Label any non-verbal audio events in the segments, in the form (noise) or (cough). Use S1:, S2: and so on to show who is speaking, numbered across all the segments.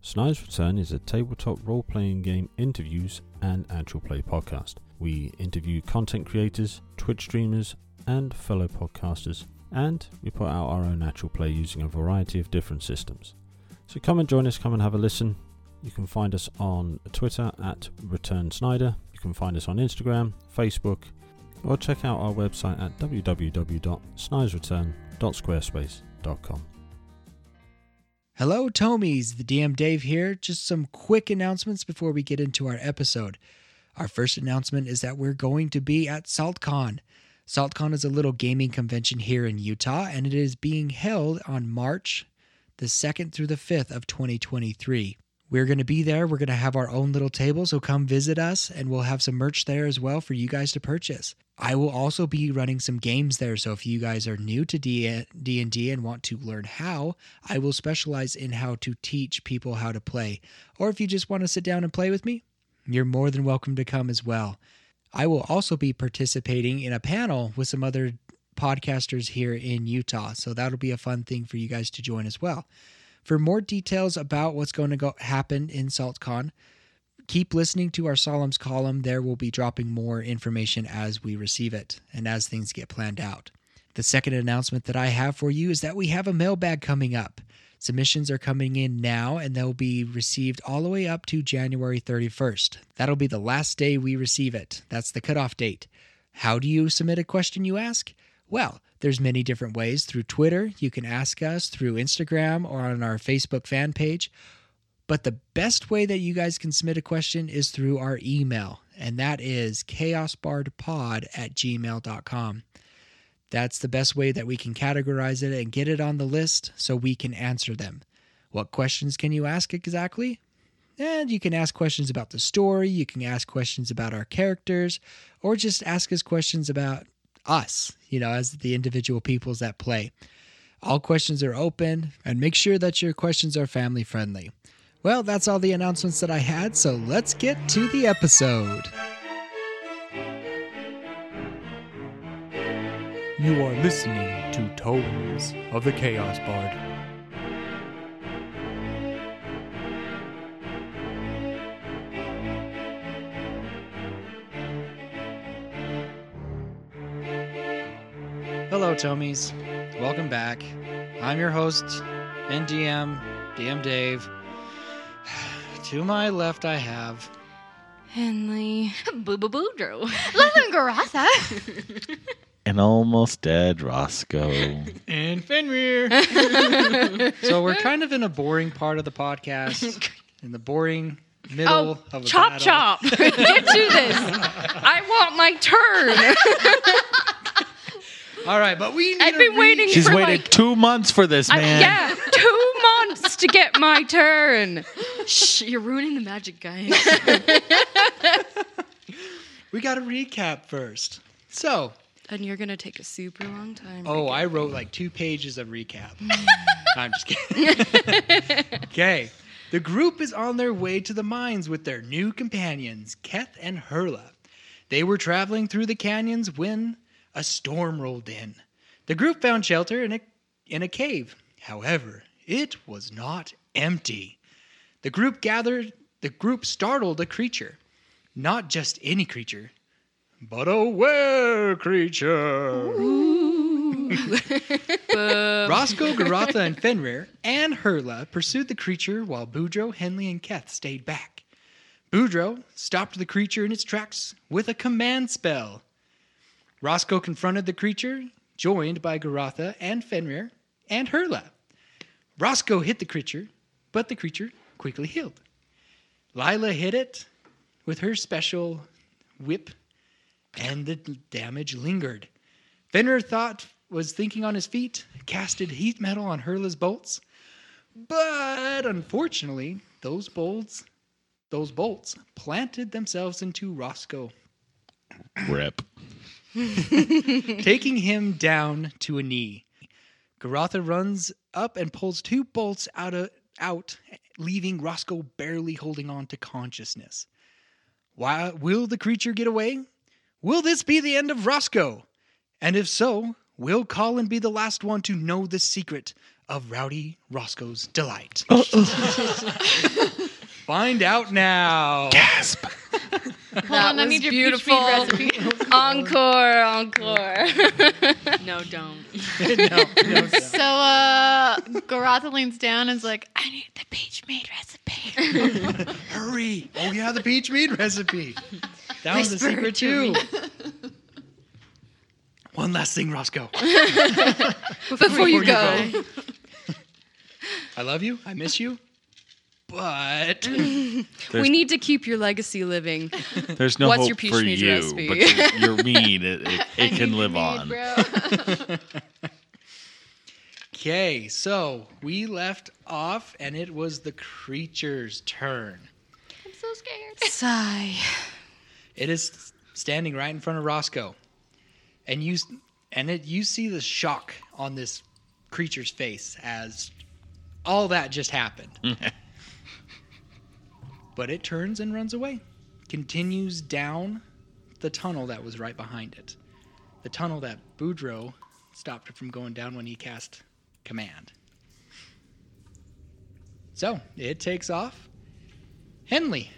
S1: Snare's Return is a tabletop role playing game interviews and actual play podcast. We interview content creators, Twitch streamers, and fellow podcasters, and we put out our own actual play using a variety of different systems. So come and join us, come and have a listen. You can find us on Twitter at Return Snyder. You can find us on Instagram, Facebook, or check out our website at www.snidersreturn.squarespace.com.
S2: Hello, Tomies. The DM Dave here. Just some quick announcements before we get into our episode. Our first announcement is that we're going to be at SaltCon. SaltCon is a little gaming convention here in Utah, and it is being held on March the 2nd through the 5th of 2023. We're going to be there. We're going to have our own little table, so come visit us, and we'll have some merch there as well for you guys to purchase. I will also be running some games there, so if you guys are new to D- D&D and want to learn how, I will specialize in how to teach people how to play. Or if you just want to sit down and play with me, you're more than welcome to come as well. I will also be participating in a panel with some other podcasters here in Utah, so that'll be a fun thing for you guys to join as well. For more details about what's going to go happen in SaltCon, keep listening to our Solemns column. There we'll be dropping more information as we receive it and as things get planned out. The second announcement that I have for you is that we have a mailbag coming up. Submissions are coming in now and they'll be received all the way up to January 31st. That'll be the last day we receive it. That's the cutoff date. How do you submit a question, you ask? Well, there's many different ways through Twitter, you can ask us through Instagram or on our Facebook fan page. But the best way that you guys can submit a question is through our email, and that is chaosbardpod at gmail.com. That's the best way that we can categorize it and get it on the list so we can answer them. What questions can you ask exactly? And you can ask questions about the story, you can ask questions about our characters, or just ask us questions about us, you know, as the individual peoples that play. All questions are open, and make sure that your questions are family friendly. Well, that's all the announcements that I had, so let's get to the episode.
S3: You are listening to Totems of the Chaos Bard.
S2: Hello, Tomies. Welcome back. I'm your host, NDM, DM Dave. (sighs) To my left, I have.
S4: Henley. (laughs)
S5: Boo boo boo Drew.
S4: Lillian Garasa.
S6: an almost dead Roscoe.
S2: And
S5: (laughs)
S2: Fenrir. so we're kind of in a boring part of the
S5: (laughs)
S2: podcast, in the boring middle
S5: Oh,
S2: of a
S5: chop
S2: battle. (laughs)
S5: chop. Get to this. I want my turn.
S2: All right, but we need
S5: I've
S2: to
S5: been waiting
S6: She's
S5: for
S6: waited
S5: like
S6: two months for this,
S5: I-
S6: man.
S5: yeah, two months to get my turn.
S4: Shh, you're ruining the magic,
S5: (laughs)
S4: guys.
S2: We got to recap first. So,
S4: and you're gonna take a super long time.
S2: oh, I wrote like two pages of recap. (laughs) I'm just kidding. okay. The group is on their way to the mines with their new companions, Keth and Hurla. They were traveling through the canyons when a storm rolled in. The group found shelter in a, in a cave. However, it was not empty. The group gathered, the group startled a creature. Not just any creature, but a were creature. Roscoe, Garatha, and Fenrir and Hurla pursued the creature while Boudreaux, Henley, and Keth stayed back. Boudreaux stopped the creature in its tracks with a command spell. Roscoe confronted the creature, joined by Garatha and Fenrir and Hurla. Roscoe hit the creature, but the creature quickly healed. Lila hit it with her special whip, and the damage lingered. Fenrir thought was thinking on his feet, casted heat metal on Hurla's bolts, but unfortunately, those bolts, those bolts planted themselves into Roscoe,
S6: Rip.
S2: taking him down to a knee. Garatha runs up and pulls two bolts out of, out, leaving Roscoe barely holding on to consciousness. Why will the creature get away? Will this be the end of Roscoe? And if so, will Colin be the last one to know the secret of Rowdy Roscoe's Delight. (laughs) Find out now.
S6: Gasp.
S5: Hold
S4: Um,
S5: on, I need your peach feed recipe. (laughs) encore, encore.
S7: No, don't.
S2: no, no,
S8: (laughs)
S2: no.
S8: So uh Garatha leans down and's like, I need the peach meat recipe.
S2: (laughs) Hurry. Oh, yeah, the peach mead recipe. That was the
S4: Whisper
S2: secret,
S4: to
S2: too. (laughs) One last thing, Roscoe.
S4: (laughs) Before, you, go.
S2: (laughs) I love you. I miss you. But
S4: we need to keep your legacy living.
S6: There's no
S4: What's
S6: hope
S4: your peach
S6: for
S4: mead
S6: you,
S4: recipe?
S6: but your, your mead it, it, it can live on.
S2: Okay, so we left off and it was the creature's turn.
S4: Sigh.
S2: It is standing right in front of Roscoe. And you and it you see the shock on this creature's face as all that just happened. but it turns and runs away. Continues down the tunnel that was right behind it. The tunnel that Boudreaux stopped it from going down when he cast command. So it takes off. Henley,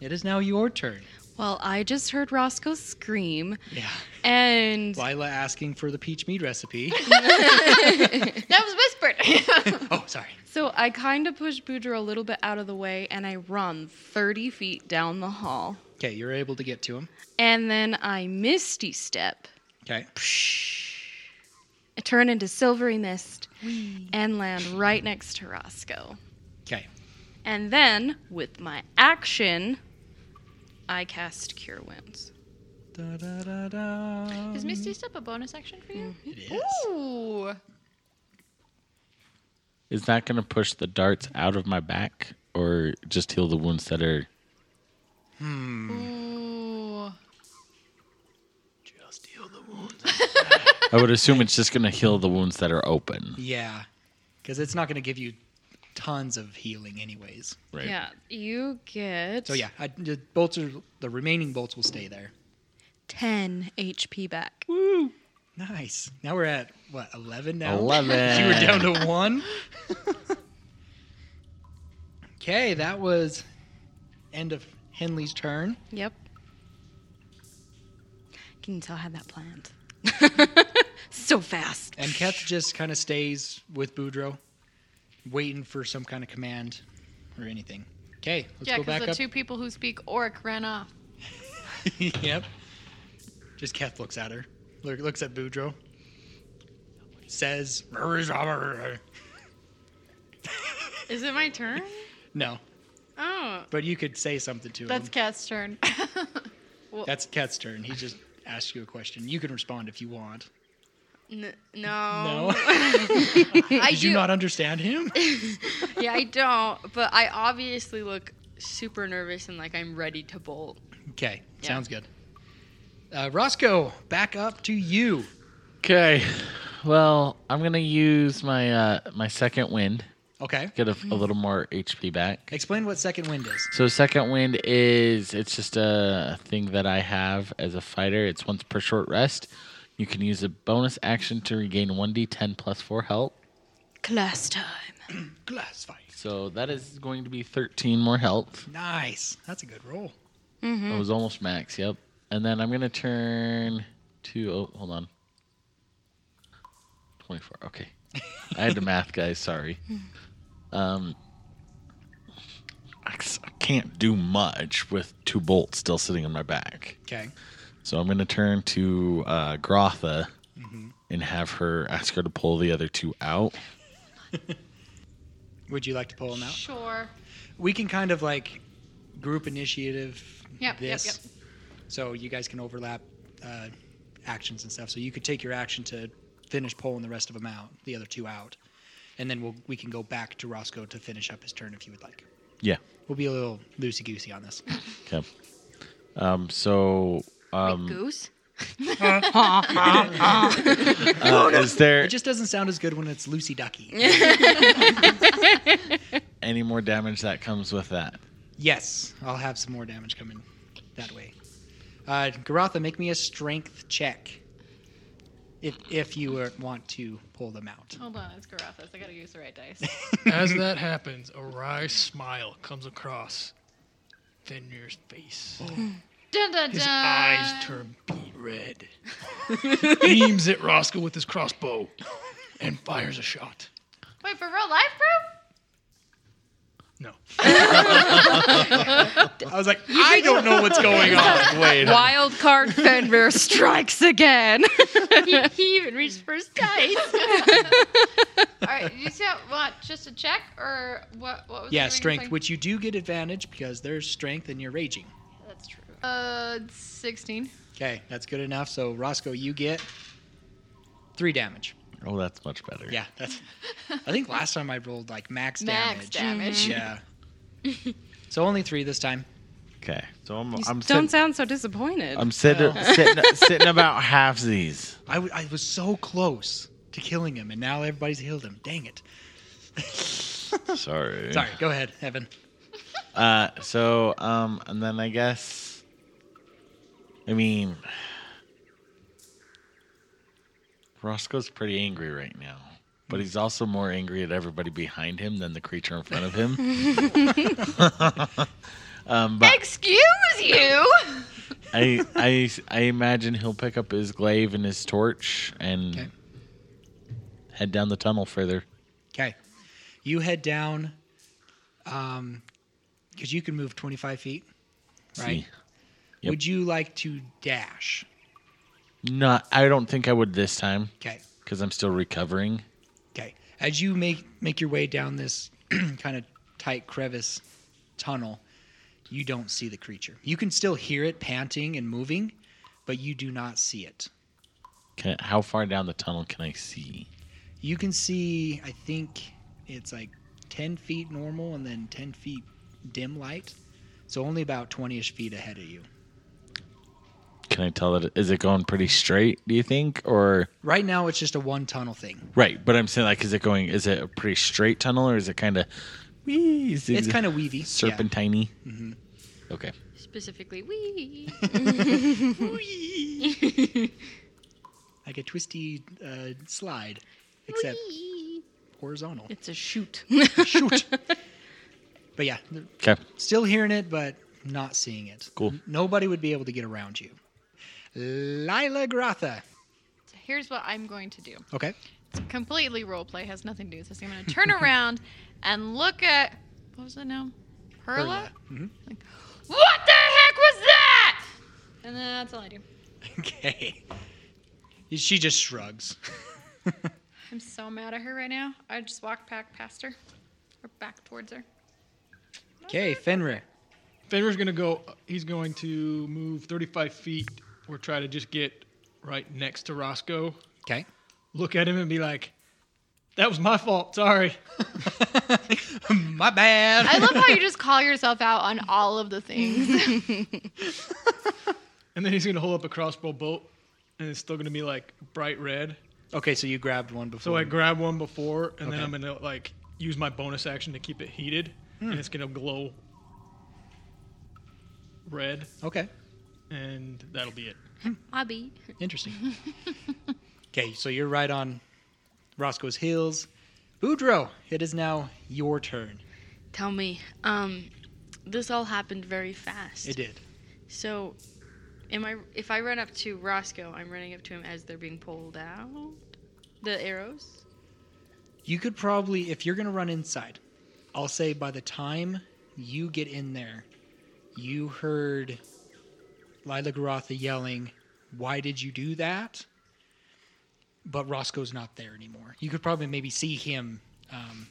S2: it is now your turn.
S4: Well, I just heard Roscoe scream,
S2: Yeah.
S4: and
S2: Lila asking for the peach mead recipe.
S8: that was
S5: (laughs)
S8: whispered.
S2: oh, sorry.
S4: so I kind of pushed Boudreaux a little bit out of the way, and I run 30 feet down the hall.
S2: Okay, you're able to get to him.
S4: And then I misty step,
S2: Okay.
S4: I turn into silvery mist, and land right next to Roscoe.
S2: Okay.
S4: And then, with my action, I cast Cure Wounds.
S2: Da, da, da, da.
S8: Is Misty Step a bonus action for you?
S2: It is.
S8: Ooh.
S6: Is that going to push the darts out of my back or just heal the wounds that are.
S8: Ooh.
S2: Just heal the wound.
S6: I would assume it's just going to heal the wounds that are open.
S2: Yeah, because it's not going to give you tons of healing, anyways.
S6: Right.
S4: Yeah, you get
S2: So yeah, I, the bolts are the remaining bolts will stay there.
S4: 10 HP back.
S2: Nice. Now we're at what eleven now. (laughs)
S6: 11.
S2: You were down to one. (laughs) okay, that was end of Henley's turn.
S4: Yep. Can you tell I had that
S7: (laughs)
S4: planned? so fast.
S2: And Keth just kind of stays with Boudreaux, waiting for some kind of command or anything. Okay, let's
S8: Yeah,
S2: go
S8: because
S2: back
S8: the
S2: up.
S8: two people who speak Oric ran off.
S2: (laughs) yep. Just Keth looks at her, look, looks at Boudreaux, says,
S7: Is it my turn?
S2: No,
S7: Oh,
S2: but you could say something to
S8: (laughs) That's
S2: him.
S8: Cat's turn.
S2: That's Keth's turn. He just asked you a question. You can respond if you want.
S7: n-
S8: (laughs)
S7: no.
S8: Oh,
S2: No?
S7: I
S2: Did you
S7: do.
S2: not understand him?
S7: yeah, I don't. But I obviously look super nervous and like I'm ready to bolt.
S2: Okay,
S7: Yeah.
S2: sounds good. Uh, Roscoe, back up to you.
S6: Okay. Well, I'm going to use my uh, my second wind.
S2: Okay.
S6: Get a, a little more HP back.
S2: Explain what second wind is.
S6: So second wind is it's just a thing that I have as a fighter. It's once per short rest. You can use a bonus action to regain 1d10 plus 4 health.
S4: Class time.
S2: Glass fight.
S6: So that is going to be 13 more health.
S2: Nice. That's a good roll.
S6: That was almost max, yep. And then I'm going to turn to oh, hold on. 24. Okay. I had to math, guys, sorry. Um I c- I can't do much with two bolts still sitting on my back.
S2: Okay.
S6: So I'm going to turn to uh, Grotha and have her ask her to pull the other two out.
S2: Would you like to pull him out?
S8: Sure.
S2: We can kind of like group initiative
S8: Yep, yep,
S2: this. So you guys can overlap uh, actions and stuff. So you could take your action to finish pulling the rest of them out, the other two out. And then we'll, we can go back to Roscoe to finish up his turn if you would like.
S6: Yeah.
S2: We'll be a little loosey goosey on
S8: (laughs)
S2: this.
S6: Okay. Um, (laughs) so um,
S4: Goose?
S6: uh, is there
S2: It just doesn't sound as good when it's loosey ducky.
S6: any more damage that comes with that?
S2: Yes, I'll have some more damage coming that way. Uh, Garatha, make me a strength check. if if you were- want to pull them out.
S8: Hold on, it's Garathas. I gotta use the
S2: (laughs)
S8: right dice.
S9: As that happens, a wry smile comes across Fenrir's face.
S8: Dun dun
S9: His
S8: dun.
S9: eyes turn beet
S2: (laughs)
S9: red. he aims at Roscoe with his crossbow and fires a shot.
S8: Wait for real life, bro.
S9: No.
S2: I was like, I don't know what's going on.
S9: (laughs)
S6: Wait.
S4: Wild card Fenrir strikes again.
S7: he, he even reached for his dice.
S8: All right, you see how, what? Just a check or what? What was?
S2: Yeah,
S8: the thing
S2: strength,
S8: thing?
S2: which you do get advantage because there's strength and you're raging.
S8: That's true. Uh, sixteen.
S2: Okay, that's good enough. So Roscoe, you get three damage.
S6: Oh, that's much better.
S2: Yeah, that's. I think last time I rolled like max,
S8: Max damage.
S2: Yeah.
S8: (laughs)
S2: so only three this time.
S6: Okay. So I'm
S4: You
S6: I'm
S4: don't Oh.
S6: sit-
S4: sound so disappointed.
S6: I'm sitting
S4: (laughs)
S6: sitting, sitting about half these.
S2: I, w- I was so close to killing him, and now everybody's healed him. Dang it!
S6: Sorry.
S2: Sorry. Go ahead, Evan.
S6: Uh, so um, and then I guess, I mean, Roscoe's pretty angry right now, but he's also more angry at everybody behind him than the creature in front of
S2: (laughs)
S6: him. um, but
S8: Excuse you.
S6: I, I, I imagine he'll pick up his glaive and his torch and
S2: Okay.
S6: head down the tunnel further.
S2: Okay. You head down, um, because you can move 25 feet, right?
S6: See. Yep.
S2: Would you like to dash?
S6: Not, I don't think I would this time
S2: Okay.
S6: because I'm still recovering.
S2: Okay. As you make make your way down this (clears throat) kind of tight crevice tunnel, you don't see the creature. You can still hear it panting and moving, but you do not see it.
S6: Can, how far down the tunnel can I see?
S2: You can see, I think it's like 10 feet normal and then 10 feet dim light. So only about 20 ish feet ahead of you.
S6: Can I tell that? Is it going pretty straight? Do you think, or
S2: Right now, it's just a one tunnel thing.
S6: right? But I'm saying, like, is it going? Is it a pretty straight tunnel, or is it kind of?
S2: It's kind of Mm-hmm. weavy.
S6: serpentiney. Okay.
S7: Specifically, we.
S2: Yeah. Like a twisty uh, slide, except horizontal.
S4: it's a shoot.
S2: Shoot. (laughs) but yeah, th-
S6: Okay.
S2: still hearing it, but not seeing it.
S6: Cool.
S2: N- Nobody would be able to get around you. Lila Gratha.
S8: So here's what I'm going to do.
S2: Okay. (laughs)
S8: It's completely role play. Has nothing to do with this. I'm gonna turn around and look at what was that now? Perla.
S2: Mm-hmm.
S8: Like, what the heck was that? And then that's all I do.
S2: Okay. She just shrugs.
S8: I'm so mad at her right now. I just walk back past her or back towards her.
S2: Okay, Fenrir.
S9: Fenrir's going to go, he's going to move 35 feet or try to just get right next to Roscoe,
S2: Okay.
S9: look at him and be like, that was my fault. Sorry.
S2: My bad.
S8: (laughs) I love how you just call yourself out on all of the
S7: (laughs)
S8: things.
S9: And then he's going to hold up a crossbow bolt and it's still going to be like bright red.
S2: Okay, so you grabbed one before.
S9: So I grab one before, and
S2: Mm. Okay.
S9: then I'm gonna like use my bonus action to keep it heated,
S2: Hmm.
S9: and it's gonna glow red,
S2: okay,
S9: and that'll be it.
S7: Hobby.
S2: interesting. okay, so you're right on Roscoe's heels. Boudreaux, it is now your turn.
S7: Tell me, um, this all happened very fast.
S2: It did.
S7: So, am I? If I run up to Roscoe, I'm running up to him as they're being pulled out. The arrows.
S2: You could probably, if you're going to run inside, I'll say by the time you get in there, you heard Lila Garatha yelling, Why did you do that? But Roscoe's not there anymore. You could probably maybe see him um,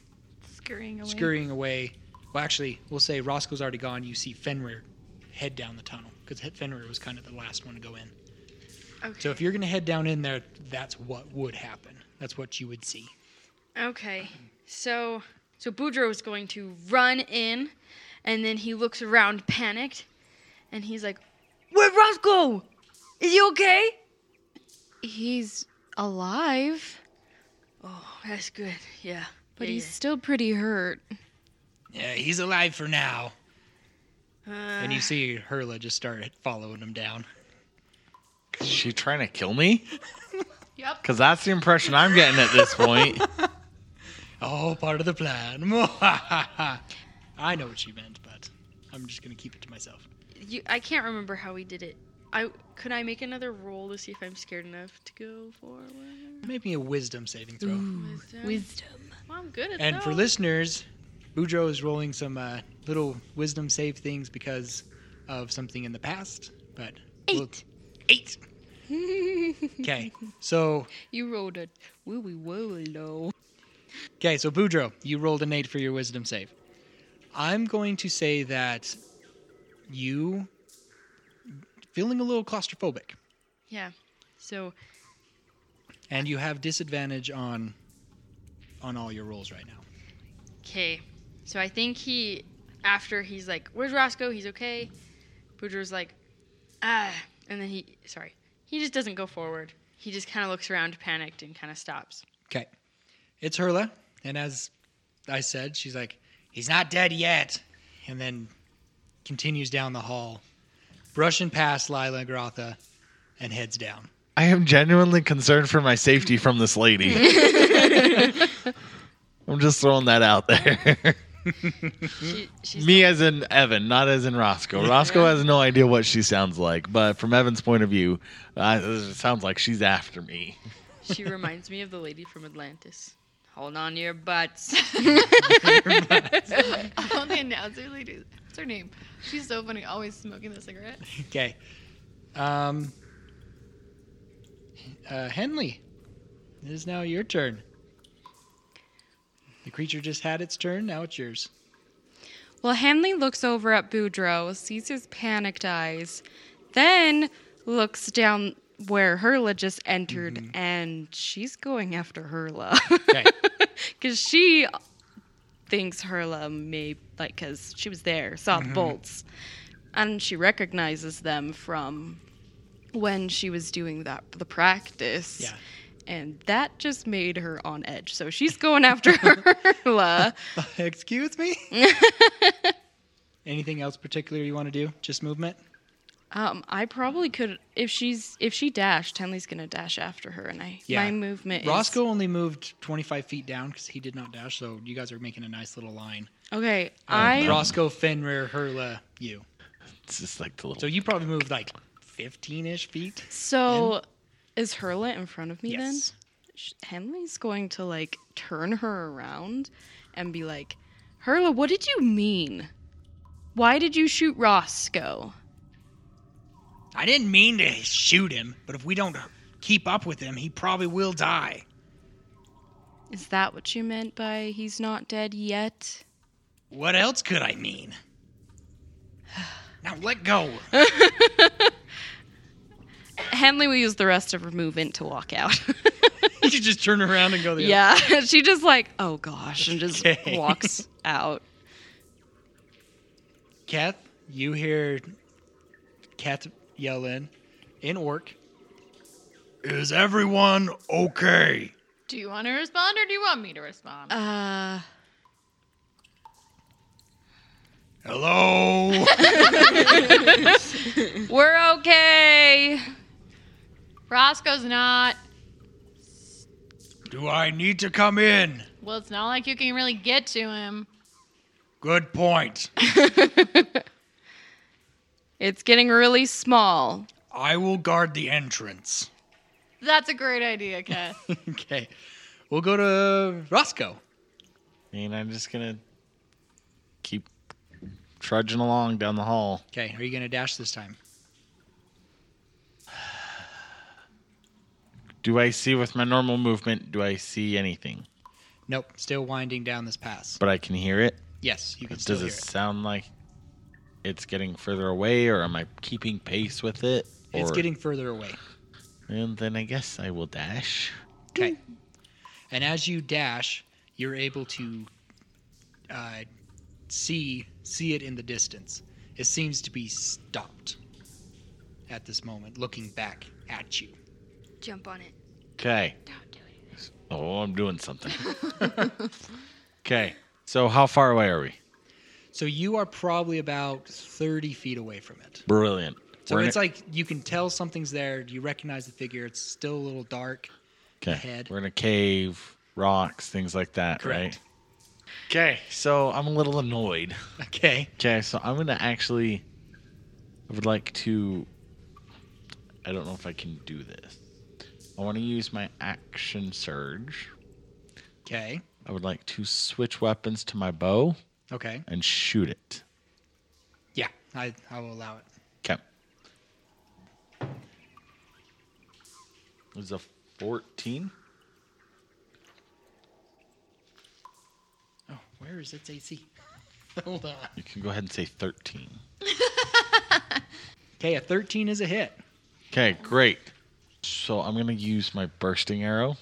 S8: Scurrying away.
S2: scurrying away. Well, actually, we'll say Roscoe's already gone. You see Fenrir head down the tunnel because Fenrir was kind of the last one to go in.
S7: Okay.
S2: So if you're going to head down in there, that's what would happen. That's what you would see.
S7: Okay. So, so Boudreaux is going to run in, and then he looks around, panicked, and he's like, "Where'd Roscoe? Is he okay?"
S4: He's alive,
S7: Oh, that's good. Yeah.
S4: but
S7: Yeah,
S4: he's still pretty hurt.
S2: Yeah, he's alive for now.
S7: yeah.
S2: And
S7: Uh,
S2: you see Hurla just start following him down. (laughs)
S6: Is she trying to kill me?
S8: Yep.
S6: Because that's the impression I'm getting at this point.
S2: All Oh, part of the plan. (laughs) I know what she meant, but I'm just gonna keep it to myself.
S7: You, I can't remember how we did it. I could I make another roll to see if I'm scared enough to go forward.
S2: Make me a wisdom saving throw.
S7: Wisdom. Well, I'm good at
S2: And for
S7: those.
S2: listeners, Boudreaux is rolling some uh, little wisdom save things because of something in the past. But we'll-
S7: Eight.
S2: eight. Okay, so
S7: You rolled a woo woo woo low.
S2: Okay, so Boudreaux, you rolled an eight for your wisdom save. I'm going to say that you feeling a little claustrophobic,
S7: Yeah. So
S2: and you have disadvantage on on all your rolls right now.
S7: okay. So I think he after he's like, "Where's Roscoe? He's okay." Boudreaux's like, "Ah," and then he sorry, he just doesn't go forward. He just kind of looks around, panicked, and kind of stops.
S2: Okay, it's Hurla, and as I said, she's like, "He's not dead yet," and then continues down the hall, brushing past Lila Grotha, and heads down. (laughs)
S6: I am genuinely concerned for my safety from this lady. I'm just throwing that out there.
S7: She, she's
S6: Me as in Evan, not as in Roscoe. Roscoe has no idea what she sounds like, but from Evan's point of view, uh, it sounds like she's after me.
S7: she reminds me of the lady from Atlantis. Hold on to your butts.
S8: (laughs) Oh, the announcer lady. What's her name? She's so funny, always smoking the cigarette.
S2: Okay. Um, uh, Henley, it is now your turn. The creature just had its turn. Now it's yours. (laughs)
S5: Well, Henley looks over at Boudreaux, sees his panicked eyes, then looks down where Hurla just entered, and she's going after Hurla.
S2: Mm-hmm.
S5: (laughs)
S2: Okay.
S5: Because she thinks Hurla may, like, because she was there, saw
S2: Mm-hmm.
S5: the bolts, and she recognizes them from when she was doing that the practice.
S2: Yeah.
S5: And that just made her on edge. So she's going after (laughs) Hurla.
S2: Excuse me. Anything else particular you want to do? Just movement.
S5: Um, I probably could if she's if she dashed, Henley's gonna dash after her, and I
S2: Yeah.
S5: my movement
S2: Roscoe only moved 25 feet down because he did not dash. So you guys are making a nice little line. Um,
S5: is okay. I
S2: Oh, Roscoe, Fenrir, Hurla, you.
S6: It's just like the little.
S2: So you probably moved like 15-ish feet.
S5: so is Hurla in front of me
S2: Yes.
S5: then? Sh- Henley's going to like turn her around and be like, Hurla, what did you mean? Why did you shoot Roscoe?
S2: I didn't mean to shoot him, but if we don't keep up with him, he probably will die.
S5: Is that what you meant by he's not dead yet?
S2: What else could I mean? (sighs) Now let go. (laughs)
S5: Henley will use the rest of her movement to walk out. (laughs)
S2: you just turn around and go the
S5: Yeah, (laughs) she just like, oh gosh, and just
S2: Okay.
S5: walks out.
S2: other. Kath, you hear Kath yell in, in orc. Is everyone okay?
S8: Do you want to respond or do you want me to respond?
S5: Uh,
S2: Hello.
S5: we're okay.
S8: Roscoe's not.
S2: Do I need to come in?
S8: Well, it's not like you can really get to him.
S2: Good point.
S5: (laughs) It's getting really small.
S2: I will guard the entrance.
S8: That's a great idea, Kath.
S2: okay. We'll go to Roscoe.
S6: I mean, I'm just gonna keep trudging along down the hall.
S2: Okay, are you gonna dash this time?
S6: Do I see with my normal movement? Do I see anything?
S2: Nope. Still winding down this pass.
S6: But I can hear it.
S2: Yes, you can still
S6: Does
S2: hear
S6: it
S2: it.
S6: sound like it's getting further away, or am I keeping pace with it?
S2: It's
S6: Or-
S2: getting further away.
S6: And then I guess I will dash.
S2: Okay. And as you dash, you're able to uh, see see it in the distance. It seems to be stopped at this moment, looking back at you.
S7: jump on it.
S6: Okay. Oh, I'm doing something. okay. So how far away are we?
S2: So you are probably about 30 feet away from it.
S6: Brilliant.
S2: So
S6: We're in
S2: it's
S6: it-
S2: like you can tell something's there. You recognize the figure. It's still a little dark. (laughs)
S6: Okay.
S2: Head.
S6: We're in a cave, rocks, things like that,
S2: Correct.
S6: right? Okay, so I'm a little annoyed.
S2: Okay.
S6: Okay, so I'm gonna actually. I would like to. I don't know if I can do this. I want to use my action surge.
S2: Okay.
S6: I would like to switch weapons to my bow
S2: Okay.
S6: and shoot it.
S2: Yeah, I, I will allow it.
S6: Okay. It was a 14.
S2: Oh, where is its AC? (laughs) Hold on.
S6: You can go ahead and say 13.
S2: Okay, a 13 is a hit.
S6: Okay, great. So I'm going to use my bursting arrow.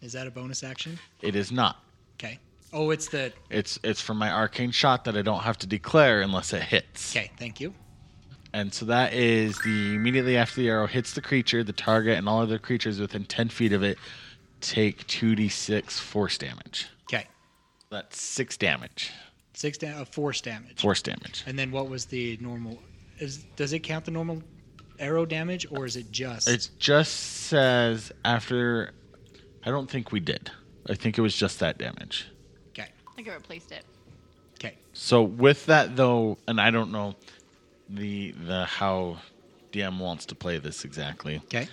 S2: Is that a bonus action?
S6: It is not.
S2: Okay. Oh, it's the.
S6: It's it's from my arcane shot that I don't have to declare unless it hits.
S2: Okay, thank you.
S6: And so that is the immediately after the arrow hits the creature, the target and all other creatures within 10 feet of it take 2d6 force damage.
S2: Okay.
S6: That's 6 damage.
S2: Six da- uh, force damage.
S6: Force damage.
S2: And then what was the normal? Is does it count the normal arrow damage or is it just?
S6: It just says after I don't think we did. I think it was just that damage.
S2: okay.
S8: I think I replaced it.
S2: Okay.
S6: So with that though, and I don't know the the how DM wants to play this exactly.
S2: Okay.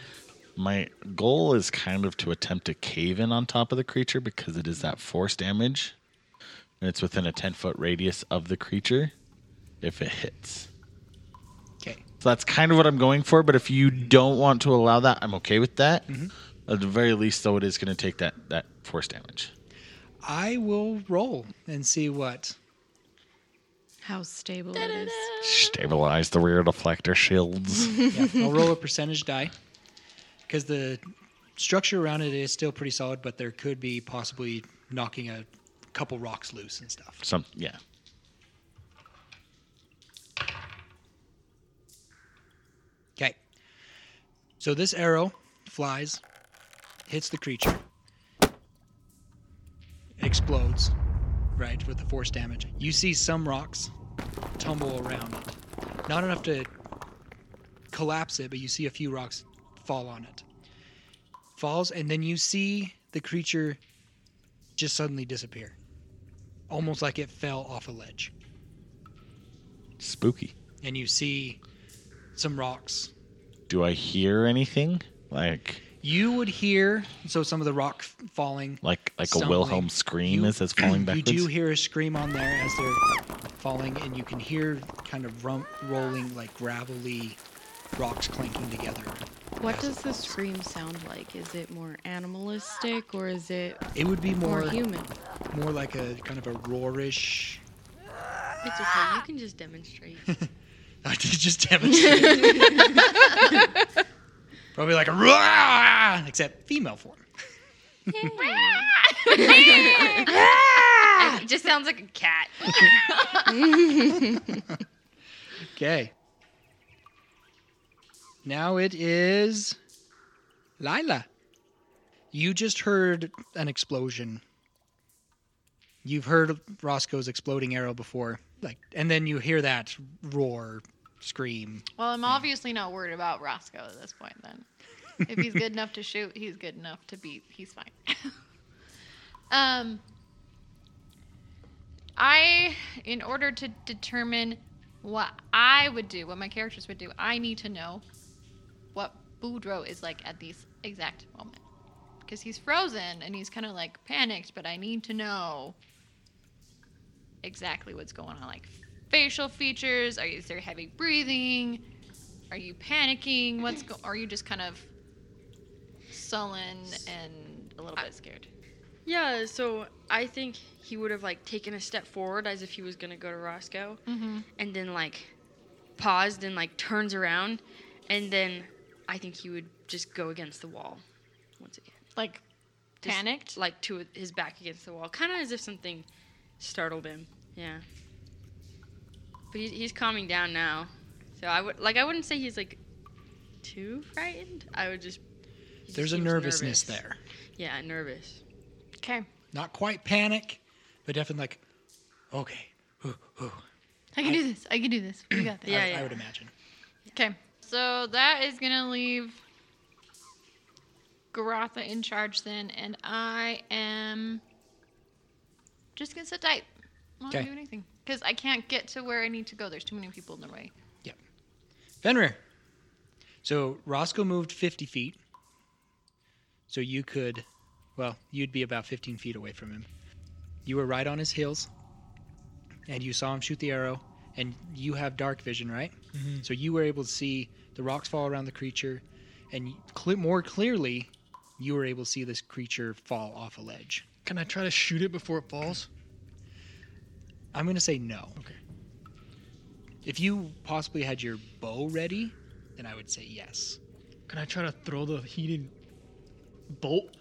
S6: My goal is kind of to attempt to cave in on top of the creature because it is that force damage. And it's within a 10 foot radius of the creature if it hits.
S2: Okay.
S6: So that's kind of what I'm going for. But if you don't want to allow that, I'm okay with that.
S2: Mm-hmm.
S6: At the very least, though, it is going to take that, that force damage.
S2: I will roll and see what.
S5: (laughs) How stable it is.
S6: Stabilize the rear deflector shields.
S2: (laughs) Yeah, I'll roll a percentage die because the structure around it is still pretty solid, but there could be possibly knocking a couple rocks loose and stuff.
S6: Some, yeah.
S2: Okay. So this arrow flies, hits the creature, explodes, right, with the force damage. You see some rocks tumble around it. Not enough to collapse it, but you see a few rocks fall on it. Falls, and then you see the creature just suddenly disappear. Almost like it fell off a ledge.
S6: Spooky.
S2: And you see some rocks
S6: Do I hear anything? Like,
S2: You would hear so some of the rock f- falling.
S6: like, like a
S2: Stumbling.
S6: Wilhelm scream
S2: You-
S6: as it's falling backwards?
S2: (clears throat) You do hear a scream on there as they're falling, and you can hear kind of rump, rolling like gravelly rocks clanking together.
S5: What does the scream sound like? Is it more animalistic or is it
S2: It would be
S5: more
S2: more
S5: human?
S2: more like a kind of a roarish.
S7: It's okay. You can just demonstrate.
S2: (laughs) I did just demonstrate. Probably like a roar, except female form.
S7: it just sounds like a cat.
S2: Okay. Now it is Lila. You just heard an explosion. You've heard Roscoe's exploding arrow before. Like and then you hear that roar, scream.
S8: Well, I'm obviously not worried about Roscoe at this point. Then, if he's good enough to shoot, he's good enough to beat. He's fine. (laughs) um, I, in order to determine what I would do, what my characters would do, I need to know what Boudreaux is like at this exact moment, because he's frozen and he's kind of like panicked. But I need to know exactly what's going on like facial features are you, is there heavy breathing are you panicking what's go- are you just kind of sullen and a little bit scared
S7: Yeah, so I think he would have like taken a step forward as if he was gonna go to Roscoe, and then like paused and like turns around, and then I think he would just go against the wall once again,
S8: like
S7: Just,
S8: panicked
S7: like to his back against the wall, kind of as if something startled him. Yeah, but he's, he's calming down now, so I would like I wouldn't say he's like too frightened. I would just he just
S2: There's a
S7: seems
S2: nervousness
S7: nervous.
S2: there.
S7: Yeah, nervous.
S8: okay
S2: Not quite panic, but definitely like okay. Ooh, ooh.
S8: i can do this i can do this we got this
S7: Yeah,
S2: I,
S7: yeah.
S2: I would imagine.
S8: okay so that is gonna leave Garatha in charge then, and I am just gonna sit tight. Not
S2: Okay.
S8: do anything because I can't get to where I need to go. There's too many people in the way.
S2: Fenrir. So Roscoe moved 50 feet. So you could, well, you'd be about 15 feet away from him. You were right on his heels, and you saw him shoot the arrow, and you have dark vision, right?
S7: Mm-hmm.
S2: So you were able to see the rocks fall around the creature, and cle- more clearly, you were able to see this creature fall off a ledge.
S9: Can I try to shoot it before it falls?
S2: I'm going to say no.
S9: Okay.
S2: If you possibly had your bow ready, then I would say yes.
S9: Can I try to throw the heated bolt?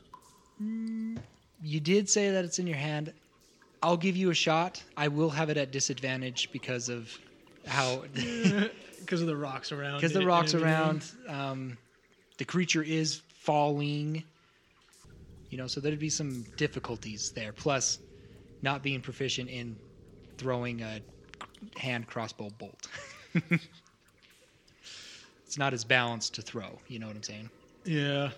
S2: You did say that it's in your hand. I'll give you a shot. I will have it at disadvantage because of how
S9: Because of the rocks around.
S2: because
S9: it
S2: the
S9: and
S2: rocks
S9: everything.
S2: around. Um, the creature is falling. You know, so there'd be some difficulties there. Plus, not being proficient in throwing a hand crossbow bolt. (laughs) it's not as balanced to throw. You know what I'm saying?
S9: Yeah.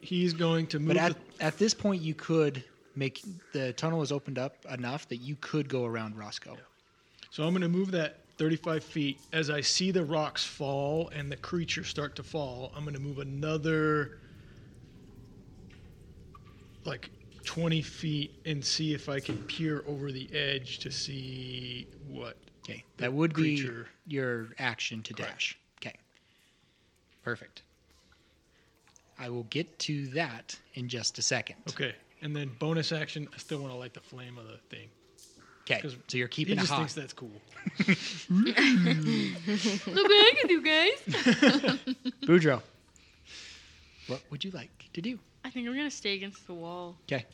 S9: He's going to move.
S2: But
S9: the-
S2: at, at this point, you could make the tunnel is opened up enough that you could go around Roscoe.
S9: so I'm going to move that 35 feet. As I see the rocks fall and the creature start to fall, I'm going to move another like 20 feet and see if I can peer over the edge to see what.
S2: Okay, that would be
S9: creature.
S2: your action to
S9: Correct.
S2: dash. Okay, perfect. I will get to that in just a second.
S9: Okay. And then bonus action, I still want to light the flame of the thing.
S2: Okay,
S9: 'Cause
S2: so you're
S9: He
S2: keeping it
S9: just
S2: hot.
S9: thinks that's cool.
S8: Look what I can do, guys.
S9: (laughs)
S2: Boudreaux, what would you like to do?
S7: I think I'm gonna stay against the wall.
S2: Okay,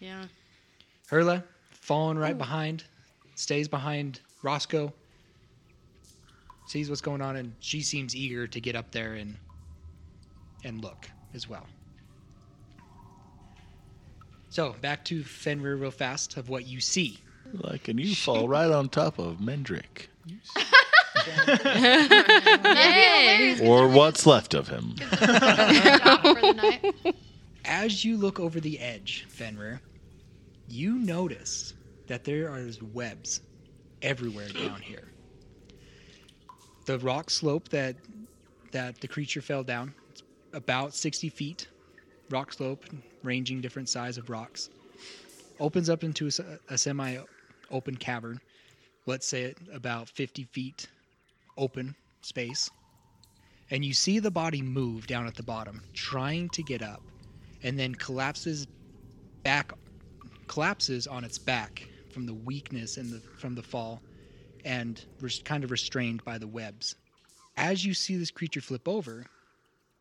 S7: Yeah.
S2: Herla, falling right behind, stays behind Roscoe, sees what's going on, and she seems eager to get up there and and look as well. So back to Fenrir real fast of what you see.
S6: Like, and you fall right on top of Mendrick.
S8: Yay!
S6: Or what's left of him.
S8: for the night.
S2: As you look over the edge, Fenrir, you notice that there are webs everywhere down here. The rock slope that that the creature fell down, it's about 60 feet, rock slope, ranging different size of rocks, opens up into a, s- a semi-open cavern. Let's say it about 50 feet open space. And you see the body move down at the bottom, trying to get up and then collapses back collapses on its back from the weakness and the from the fall and res- kind of restrained by the webs as you see this creature flip over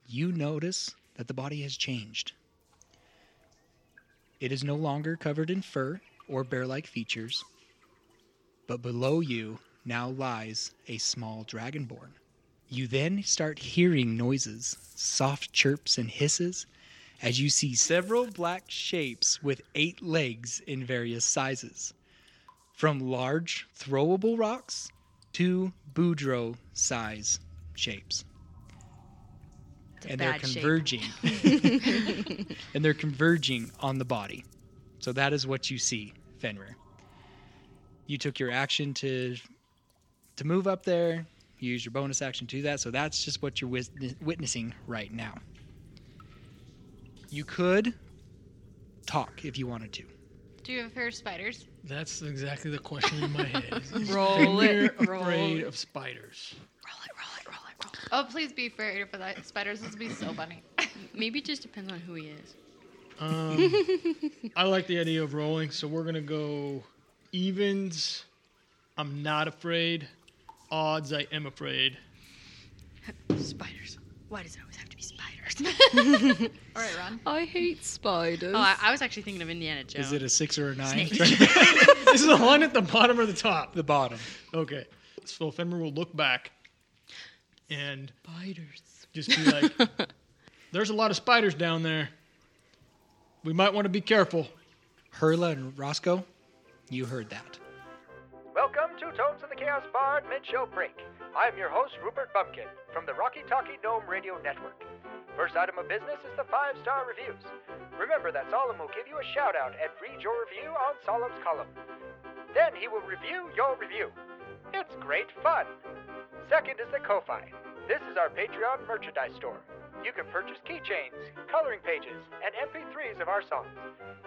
S2: you notice that the body has changed it is no longer covered in fur or bear-like features but below you now lies a small dragonborn you then start hearing noises soft chirps and hisses as you see several black shapes with eight legs in various sizes, from large throwable rocks to Boudreaux size shapes. and they're
S4: bad shape.
S2: converging.
S4: (laughs)
S2: (laughs) and they're converging on the body. So that is what you see, Fenrir. You took your action to to move up there. You use your bonus action to do that. So that's just what you're wis- witnessing right now. You could talk if you wanted to.
S8: Do you have a pair of spiders?
S9: That's exactly the question in my head.
S7: (laughs) Roll it.
S9: You're
S7: Roll
S9: afraid
S7: it.
S9: of spiders.
S8: Oh, please be fair for that. Spiders, this will be so funny.
S7: Maybe it just depends on who he is.
S9: Um, I like the idea of rolling, so we're gonna go evens. I'm not afraid. Odds, I am afraid. (laughs)
S7: Spiders. Why does it always have to be spiders?
S8: All right, Ron.
S5: (laughs) I hate spiders.
S7: oh, I, I was actually thinking of Indiana Jones.
S2: Is it a six or a nine?
S9: this is the one at the bottom or the top.
S2: the bottom.
S9: Okay. So Fenrir will look back and spiders. Just be like, "There's a lot of spiders down there. We might want to be careful."
S2: Herla and Roscoe, you heard that.
S10: Welcome to Tones of the Chaos Bard mid show break. I'm your host, Rupert Bumpkin, from the Rocky Talkie Gnome Radio Network. First item of business is the five star reviews. Remember that Solemn will give you a shout out and read your review on Solemn's column. Then he will review your review. It's great fun. Second is the Ko-Fi. This is our Patreon merchandise store. You can purchase keychains, coloring pages, and MP3s of our songs.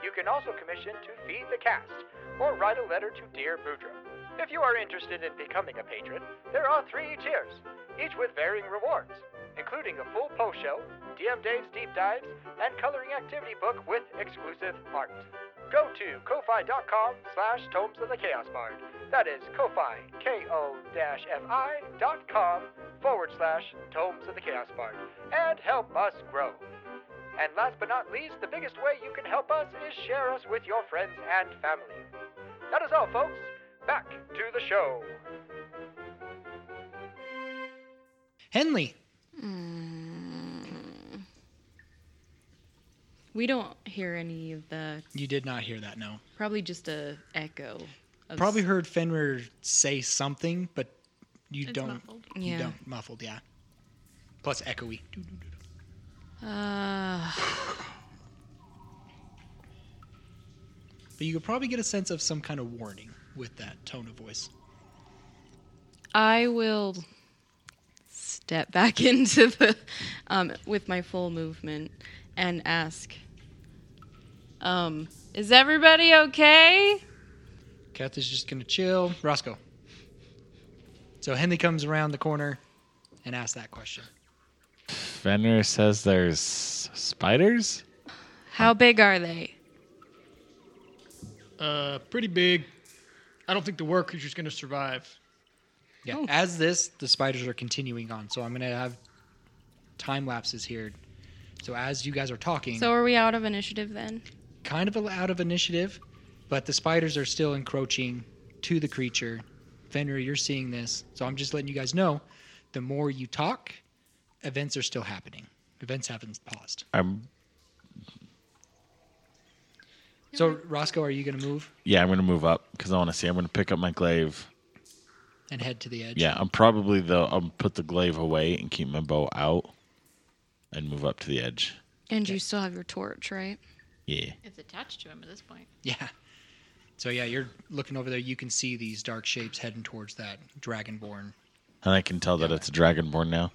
S10: You can also commission to feed the cast or write a letter to Dear Boudreaux. If you are interested in becoming a patron, there are three tiers, each with varying rewards, including a full post show, DM Dave's deep dives, and coloring activity book with exclusive art. Go to ko-fi.com slash tomes of the chaos bard. That is ko-fi, K-O-F-I dot com forward slash tomes of the chaos bard. And help us grow. And last but not least, the biggest way you can help us is share us with your friends and family. That is all, folks. Back to the show.
S2: Henley,
S5: We don't hear any of the
S2: you did not hear that, no.
S5: probably just a echo. Of
S2: Probably
S5: s-
S2: heard Fenrir say something, but you don't.
S8: muffled.
S2: You
S5: Yeah.
S2: don't. Muffled, yeah. Plus echoey.
S5: Uh,
S2: But you could probably get a sense of some kind of warning with that tone of voice.
S5: I will step back (laughs) into the um, with my full movement and ask. Um, is everybody okay?
S2: Kath is just gonna chill. Roscoe. So Henley comes around the corner and asks that question.
S6: Fenrir says there's spiders.
S5: How big are they?
S9: Uh, pretty big. I don't think the work creature's going to survive.
S2: Yeah. As this, the spiders are continuing on. So I'm gonna have time lapses here. So as you guys are talking,
S5: So are we out of initiative then?
S2: kind of out of initiative, but the spiders are still encroaching to the creature. Fenrir, you're seeing this, so I'm just letting you guys know. The more you talk, events are still happening. Events haven't paused.
S6: I'm
S2: So Roscoe, are you gonna move
S6: yeah, I'm gonna move up because I want to see. I'm gonna pick up my glaive.
S2: and head to the edge?
S6: Yeah, I'm probably though. I'll put the glaive away and keep my bow out, and move up to the edge.
S5: And you still have your torch, right?
S6: Yeah.
S8: It's attached to him at this point.
S2: Yeah. So yeah, you're looking over there. You can see these dark shapes heading towards that dragonborn.
S6: And I can tell that it's a dragonborn now.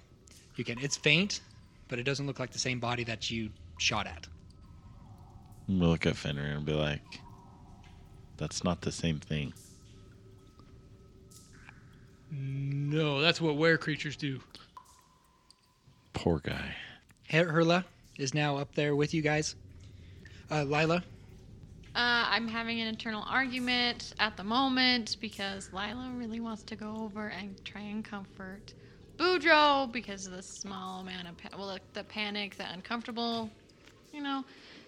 S2: You can. It's faint, but it doesn't look like the same body that you shot at.
S6: I'm gonna look at Fenrir and be like, "That's not the same thing."
S9: No, that's what were creatures do.
S6: Poor guy.
S2: Her- Herla is now up there with you guys. Uh, Lila,
S8: Uh, I'm having an internal argument at the moment because Lila really wants to go over and try and comfort Boudreaux because of the small amount of pa- well, like, the panic, the uncomfortable, you know.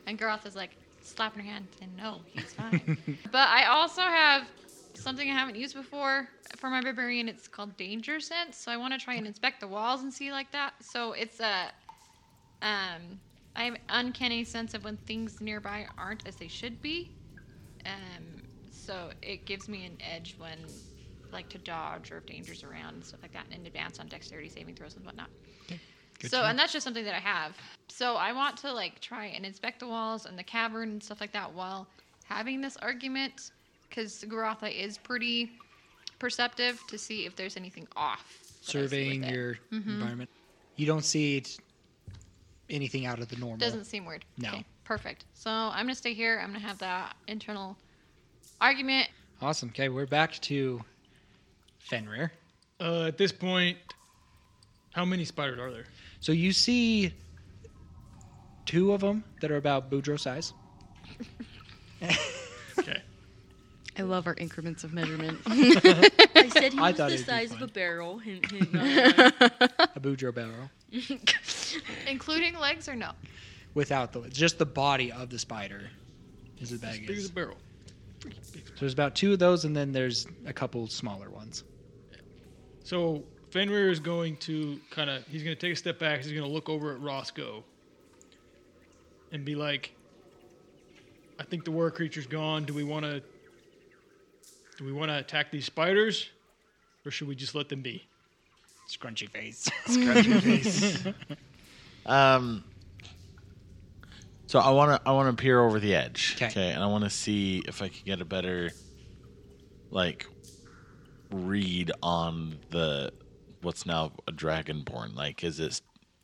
S8: And Garoth is like slapping her hand and no, he's fine. but I also have something I haven't used before for my barbarian. It's called danger sense. So I want to try and inspect the walls and see like that. So it's a um, I have uncanny sense of when things nearby aren't as they should be. Um, so it gives me an edge when, like, to dodge or if danger's around and stuff like that, and in advance on dexterity saving throws and whatnot. so, and that's just something that I have. So I want to like try and inspect the walls and the cavern and stuff like that while having this argument, because Garotha is pretty perceptive to see if there's anything off. that I see with
S2: surveying
S8: it.
S2: your environment. You don't see it, anything out of the normal.
S8: Doesn't seem weird.
S2: No.
S8: Perfect. So I'm gonna stay here. I'm gonna have that internal argument.
S2: Awesome. Okay, we're back to Fenrir.
S9: Uh, at this point, how many spiders are
S2: (laughs)
S9: there?
S2: So you see two of them that are about Boudreaux size.
S9: Okay.
S5: I love our increments of (laughs) measurement.
S7: I said
S2: (laughs)
S7: he
S2: I thought
S7: was the
S2: it'd be
S7: size of
S2: fun.
S7: a (laughs) barrel. Hint, hint, nod, nod.
S2: A Boudreaux barrel
S8: Including legs or no?
S2: without the just the body of the spider is the
S9: As
S2: bag
S9: big as
S2: is.
S9: a barrel.
S2: So there's about two of those, and then there's a couple smaller ones.
S9: So Fenrir is going to kind of he's going to take a step back. He's going to look over at Roscoe and be like, "I think the war creature's gone. Do we want to? Do we want to attack these spiders, or should we just let them be?"
S2: Scrunchy face. (laughs)
S6: Scratch your face. Um, so I want to I want to peer over the edge.
S2: 'Kay.
S6: and I want to see if I can get a better, like, read on the what's now a dragonborn. Like, is it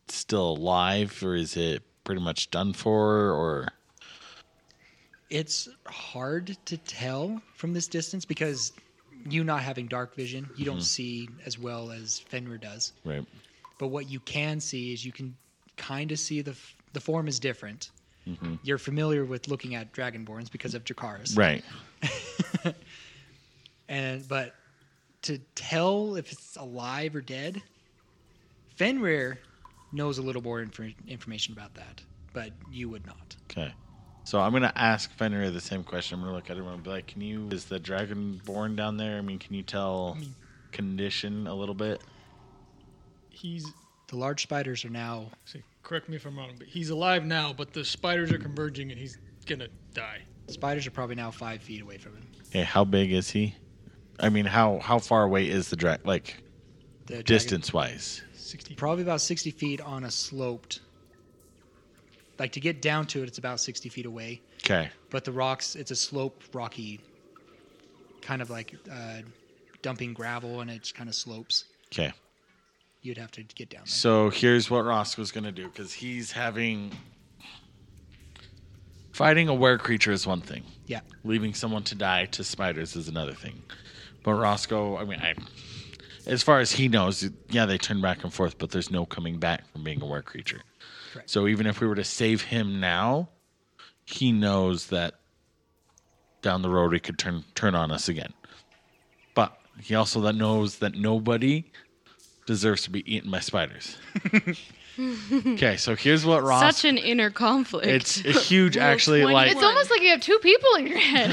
S6: still alive or is it pretty much done for? Or
S2: It's hard to tell from this distance because you not having dark vision, you don't see as well as Fenrir does.
S6: right?
S2: But what you can see is you can kind of see the f- the form is different. You're familiar with looking at dragonborns because of Dracaris.
S6: Right.
S2: And but to tell if it's alive or dead, Fenrir knows a little more infor- information about that, but you would not.
S6: Okay. So I'm gonna ask Fenrir the same question. I'm gonna look at him and be like, "Can you? Is the dragonborn down there? I mean, can you tell condition a little bit?"
S9: He's
S2: The large spiders are now
S9: see, correct me if I'm wrong, but he's alive now, but the spiders are converging and he's gonna die.
S2: spiders are probably now five feet away from him.
S6: Okay, how big is he? I mean, how how far away is the drag? Like
S2: The dragon-
S6: distance wise?
S9: Sixty.
S2: probably about 60 feet on a sloped like to get down to it it's about 60 feet away
S6: Okay.
S2: but the rocks it's a slope rocky kind of like uh, dumping gravel and it's kind of slopes
S6: Okay.
S2: you'd have to get down there
S6: So here's what Roscoe's gonna do because he's having fighting a were creature is one thing.
S2: yeah
S6: leaving someone to die to spiders is another thing. But Roscoe, I mean, I, as far as he knows, yeah, they turn back and forth, but there's no coming back from being a were creature.
S2: Correct.
S6: So even if we were to save him now, he knows that down the road he could turn turn on us again. But he also that knows that nobody deserves to be eaten by spiders. okay, so here's what Ross.
S5: Such an inner conflict.
S6: it's a huge, actually. Like
S8: It's almost like you have two people in your head.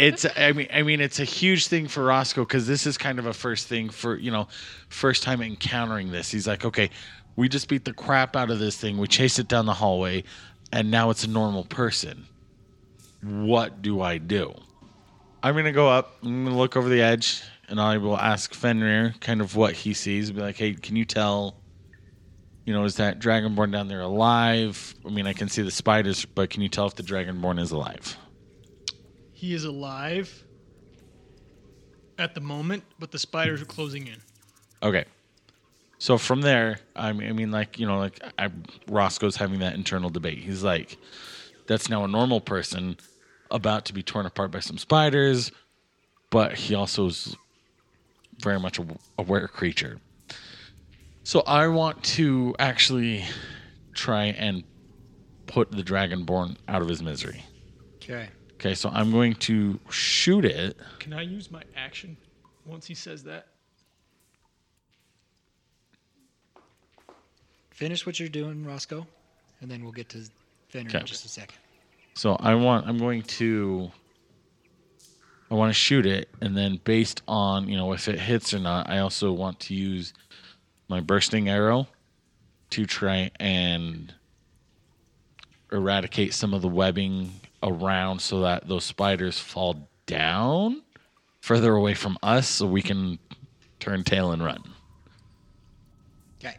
S6: it's I mean I mean it's a huge thing for Roscoe because this is kind of a first thing for you know first time encountering this. He's like, okay, we just beat the crap out of this thing. We chased it down the hallway, and now it's a normal person. What do I do? I'm gonna go up. I'm gonna look over the edge, and I will ask Fenrir kind of what he sees. Be like, hey, can you tell? You know, is that dragonborn down there alive? I mean, I can see the spiders, but can you tell if the dragonborn is alive?
S9: He is alive at the moment, but the spiders are closing in.
S6: Okay. So from there, I mean, I mean, like you know, like I, Roscoe's having that internal debate. He's like, "That's now a normal person about to be torn apart by some spiders," but he also is very much a aware creature. So I want to actually try and put the dragonborn out of his misery.
S2: okay
S6: Okay, so I'm going to shoot it.
S9: Can I use my action once he says that?
S2: finish what you're doing roscoe and then we'll get to Fenrir in
S6: Okay.
S2: just a second
S6: So I want I'm going to I want to shoot it and then based on, you know, if it hits or not, I also want to use my bursting arrow to try and eradicate some of the webbing around so that those spiders fall down further away from us so we can turn tail and run.
S2: okay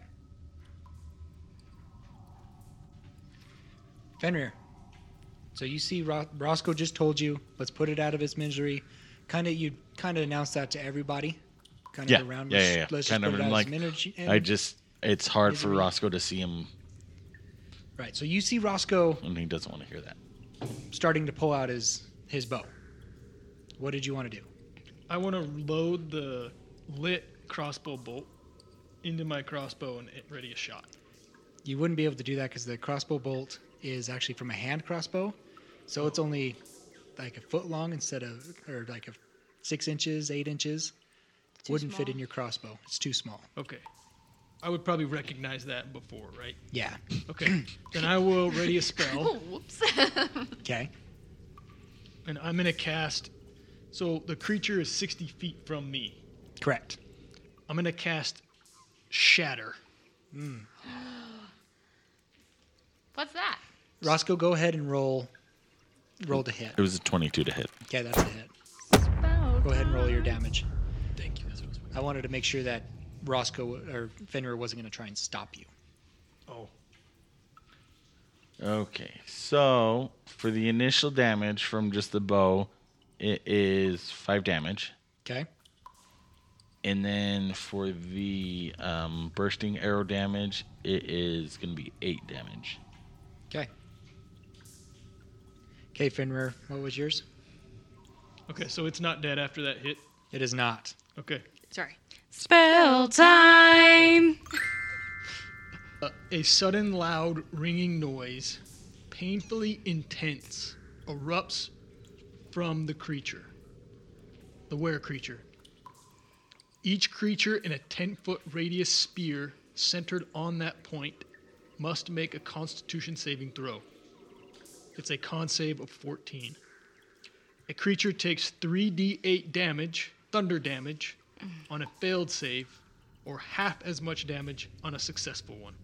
S2: Fenrir So you see, Ro- Roscoe just told you, let's put it out of its misery. Kind of, you kind of announced that to everybody. Kind
S6: Yeah.
S2: of around.
S6: yeah,
S2: let's,
S6: yeah, yeah.
S2: Let's
S6: kind
S2: just put
S6: of
S2: it out
S6: like
S2: of its energy.
S6: I just it's hard for
S2: Misery.
S6: Roscoe to see him
S2: right. So you see Roscoe
S6: and he doesn't want to hear that.
S2: starting to pull out his his bow. What did you want to do?
S9: I want to load the lit crossbow bolt into my crossbow and it ready a shot.
S2: You wouldn't be able to do that because the crossbow bolt is actually from a hand crossbow, so it's only like a foot long instead of or like a six inches, eight inches. Wouldn't fit in your crossbow. It's too small.
S9: Okay. I would probably recognize that before, right? (laughs)
S2: Yeah.
S9: Okay. then I will ready a spell
S8: Whoops.
S2: Okay.
S9: and I'm going to cast. So the creature is 60 feet from me.
S2: Correct.
S9: I'm going to cast Shatter.
S8: (laughs) What's that?
S2: Roscoe, go ahead and roll. Roll to hit.
S6: It was a 22 to hit.
S2: Okay, that's a hit. Go ahead and roll your damage.
S9: Thank you. That's what I was
S2: I wanted to make sure that Roscoe or Fenrir wasn't going to try and stop you.
S9: Oh,
S6: Okay, so for the initial damage from just the bow, it is five damage,
S2: Okay.
S6: and then for the um, bursting arrow damage, it is going to be eight damage.
S2: Okay. Okay, Finrir, what was yours?
S9: okay. So it's not dead after that hit.
S2: It is not.
S9: Okay.
S7: Sorry.
S5: Spell time.
S9: Uh, a sudden loud ringing noise, painfully intense, erupts from the creature, the were creature. Each creature in a 10 foot radius sphere centered on that point must make a constitution saving throw. It's a con save of 14. A creature takes 3d8 damage, thunder damage, on a failed save, or half as much damage on a successful one.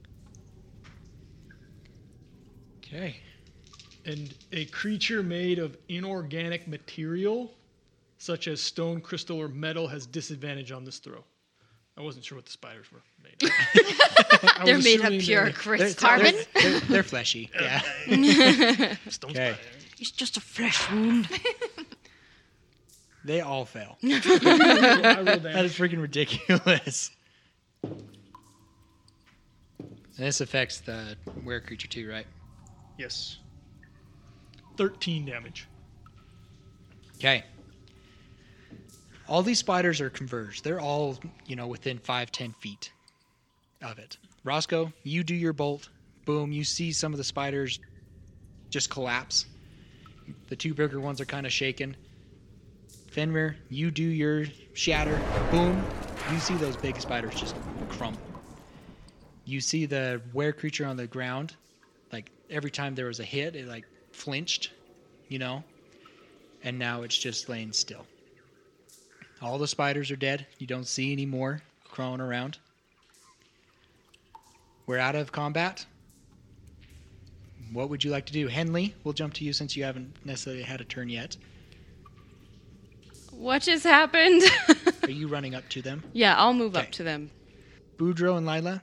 S2: Okay.
S9: And a creature made of inorganic material, such as stone, crystal, or metal, has disadvantage on this throw. I wasn't sure what the spiders were made of. I was
S7: (laughs) They're made of
S9: assuming they
S7: pure
S9: were
S7: crystal.
S2: Carbon? They're, they're- they're (laughs) fleshy. Yeah.
S9: Stone
S2: Okay.
S9: spiders.
S2: It's just a fresh wound. they all fail.
S9: I rolled damage.
S2: That is freaking ridiculous. This affects the were creature too, right?
S9: Yes. 13 damage.
S2: Okay. All these spiders are converged. They're all, you know, within five, ten feet of it. Roscoe, you do your bolt. Boom, you see some of the spiders just collapse. The two bigger ones are kind of shaken. Fenrir, you do your shatter. Boom, you see those big spiders just crumble. You see the were creature on the ground. Like every time there was a hit, it like flinched, you know? and now it's just laying still. All the spiders are dead. You don't see any more crawling around. We're out of combat. What would you like to do? Henley, we'll jump to you since you haven't necessarily had a turn yet.
S5: What
S2: (laughs)
S5: just happened?
S2: Are you running up to them?
S5: yeah, I'll move
S2: Okay.
S5: up to them.
S2: Boudreaux and Lila,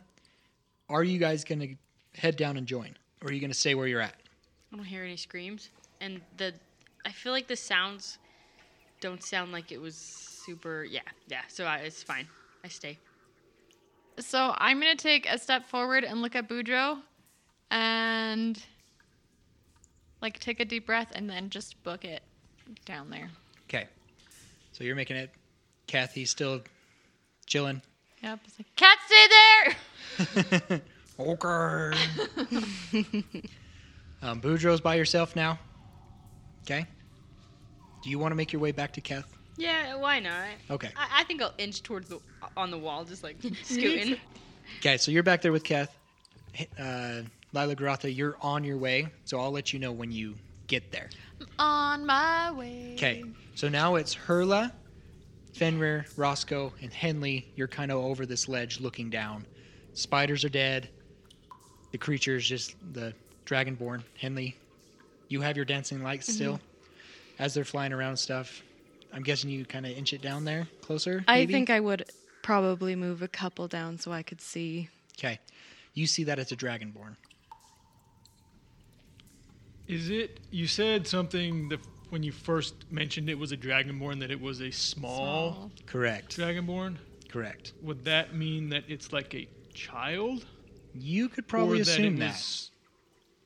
S2: are you guys going to head down and join? Or are you going to stay where you're at?
S7: I don't hear any screams, and the I feel like the sounds don't sound like it was super. Yeah, yeah. So I, it's fine. I stay.
S8: So I'm gonna take a step forward and look at Boudreaux, and like take a deep breath and then just book it down there.
S2: Okay. So you're making it. Kathy's still chilling.
S8: Yep. It's like, Cat, stay there.
S2: Okay. (laughs) um, Boudreaux's by yourself now. Okay. Do you want to make your way back to Keth?
S7: Yeah, why not?
S2: Okay.
S7: I, I think I'll inch towards the on the wall, just (laughs) like scooting.
S2: Okay, so you're back there with Keth. Uh, Lila Garatha, you're on your way, so I'll let you know when you get there.
S8: On my way.
S2: Okay, so now it's Hurla, Fenrir, Roscoe, and Henley. You're kind of over this ledge looking down. Spiders are dead. The creature's just the dragonborn. Henley, you have your dancing lights
S5: Mm-hmm.
S2: still. As they're flying around and stuff, I'm guessing you kind of inch it down there closer.
S5: I
S2: maybe?
S5: think I would probably move a couple down so I could see.
S2: Okay, you see that it's a dragonborn.
S9: Is it? You said something that when you first mentioned it was a dragonborn, that it was a small,
S2: Correct.
S9: dragonborn.
S2: Correct.
S9: Would that mean that it's like a child?
S2: You could probably
S9: or
S2: assume
S9: that. it
S2: that.
S9: was-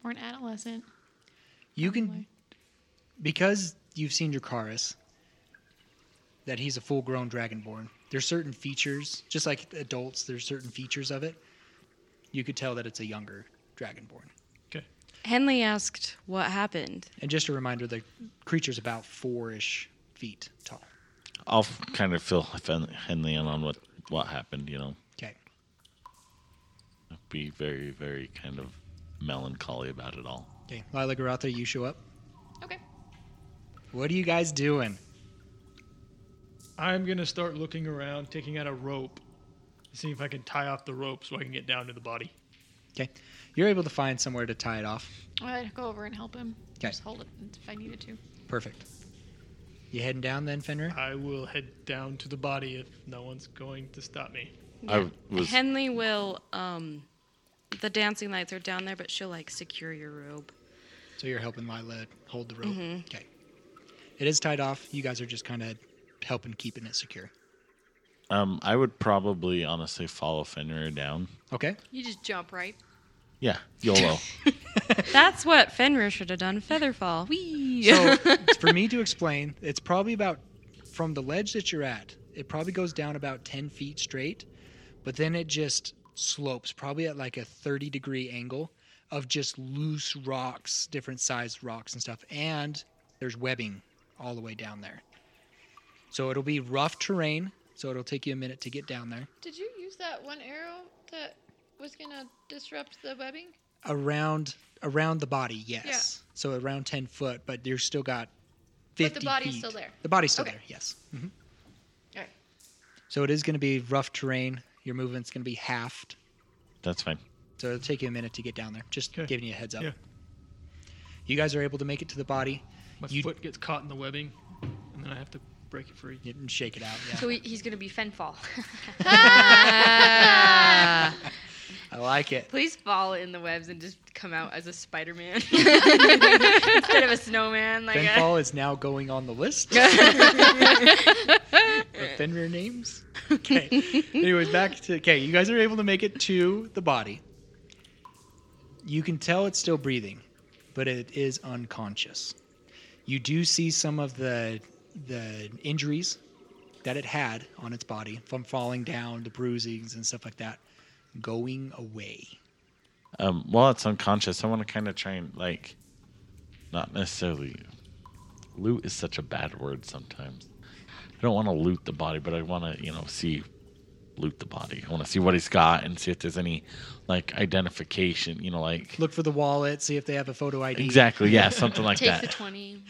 S8: Or an adolescent.
S2: You can, because you've seen Dracaris, that he's a full-grown dragonborn. There's certain features, just like adults. There's certain features of it. You could tell that it's a younger dragonborn.
S5: Henley asked what happened.
S2: And just a reminder, the creature's about four-ish feet tall.
S6: I'll f- kind of fill Fen- Henley in on what what happened. You know,
S2: Okay.
S6: be very very kind of melancholy about it all.
S2: Okay. Lila Garatha, you show up.
S8: Okay.
S2: What are you guys doing?
S9: I'm gonna start looking around, taking out a rope, seeing if I can tie off the rope so I can get down to the body.
S2: Okay. You're able to find somewhere to tie it off.
S8: I'd go over and help him.
S2: Okay.
S8: Just hold it if I needed to.
S2: Perfect. You heading down then, Fenrir?
S9: I will head down to the body if no one's going to stop me.
S6: I was
S5: Henley will um The dancing lights are down there, but she'll like secure your robe.
S2: So you're helping Lila hold the rope. Okay. It is tied off. You guys are just kind of helping keeping it secure.
S6: Um, I would probably honestly follow Fenrir down.
S2: Okay.
S7: You just jump, right?
S6: Yeah, YOLO.
S5: That's what Fenrir should have done. Featherfall. Whee!
S2: So for me to explain, it's probably about from the ledge that you're at. It probably goes down about ten feet straight, but then it just slopes probably at like a thirty degree angle of just loose rocks, different sized rocks and stuff, and there's webbing all the way down there. So it'll be rough terrain. So it'll take you a minute to get down there.
S8: Did you use that one arrow that was gonna disrupt the webbing?
S2: around around the body, yes. So around ten foot, but you're still got fifty.
S8: the body's
S2: feet.
S8: still there.
S2: The body's still
S8: Okay.
S2: there, yes. hmm
S8: Alright.
S2: So it is going to be rough terrain. Your movement's going to be halved,
S6: That's fine.
S2: so it'll take you a minute to get down there. Just
S9: Okay.
S2: giving you a heads up.
S9: Yeah.
S2: You guys are able to make it to the body
S9: My
S2: You-
S9: foot gets caught in the webbing, and then I have to break it free.
S2: and shake it out. Yeah,
S7: So he, he's gonna be Fenfall.
S2: I like it.
S7: (laughs) Please fall in the webs and just come out as a (laughs) Spider-Man instead of a snowman. Like uh, a-
S2: Fenfall is now going on the list. Of Fenrir names. Okay. Anyways, back to okay. You guys are able to make it to the body. You can tell it's still breathing, but it is unconscious. You do see some of the the injuries that it had on its body from falling down, the bruisings and stuff like that, going away.
S6: Um, while it's unconscious, I want to kind of try and like, not necessarily. Loot is such a bad word sometimes. I don't want to loot the body, but I want to you know see loot the body. I want to see what he's got and see if there's any like identification. You know, like
S2: Look for the wallet, see if they have a photo ID.
S6: exactly, yeah, something like
S7: Take
S6: that.
S7: the twenty.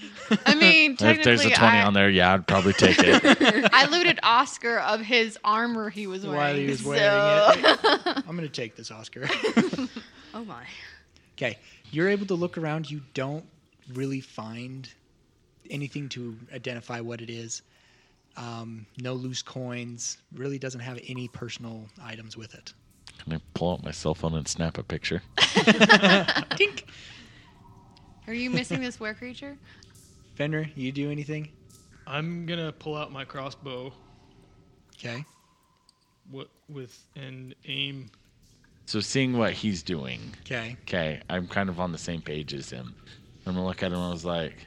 S2: (laughs)
S8: I mean,
S6: if
S8: technically,
S6: there's a twenty
S8: I,
S6: on there, yeah, I'd probably take it. (laughs)
S8: I looted Oscar of his armor he was wearing.
S2: While he was wearing it, I'm gonna take this Oscar.
S7: Oh my.
S2: Okay, you're able to look around. You don't really find anything to identify what it is. Um, no loose coins. Really doesn't have any personal items with it.
S6: Can I pull out my cell phone and snap a picture?
S8: Are you missing this were creature?
S2: Fender, you do anything?
S9: I'm gonna pull out my crossbow
S2: Okay.
S9: wi- with and
S2: (laughs)
S9: aim.
S6: So seeing what he's doing.
S2: Okay.
S6: okay, I'm kind of on the same page as him. I'm gonna look at him and I was like,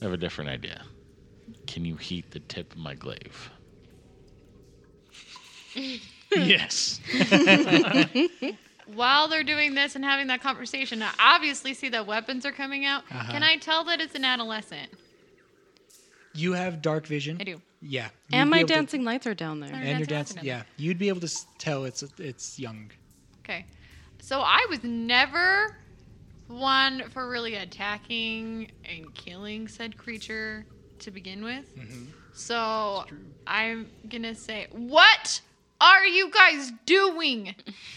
S6: I have a different idea. Can you heat the tip of my glaive?
S9: yes.
S8: While they're doing this and having that conversation, I obviously see that weapons are coming out.
S2: Uh-huh.
S8: Can I tell that it's an adolescent?
S2: You have dark vision.
S8: I do.
S2: Yeah.
S5: and
S2: You'd be
S5: my
S2: able to-
S5: dancing lights are down there.
S8: Alright.
S2: and your
S8: Dancing
S2: dance.
S8: happening.
S2: Yeah. You'd be able to s- tell it's it's young.
S8: Okay. So I was never one for really attacking and killing said creature to begin with.
S2: Mm-hmm.
S8: So I'm going to say, what are you guys
S2: (laughs)
S8: doing?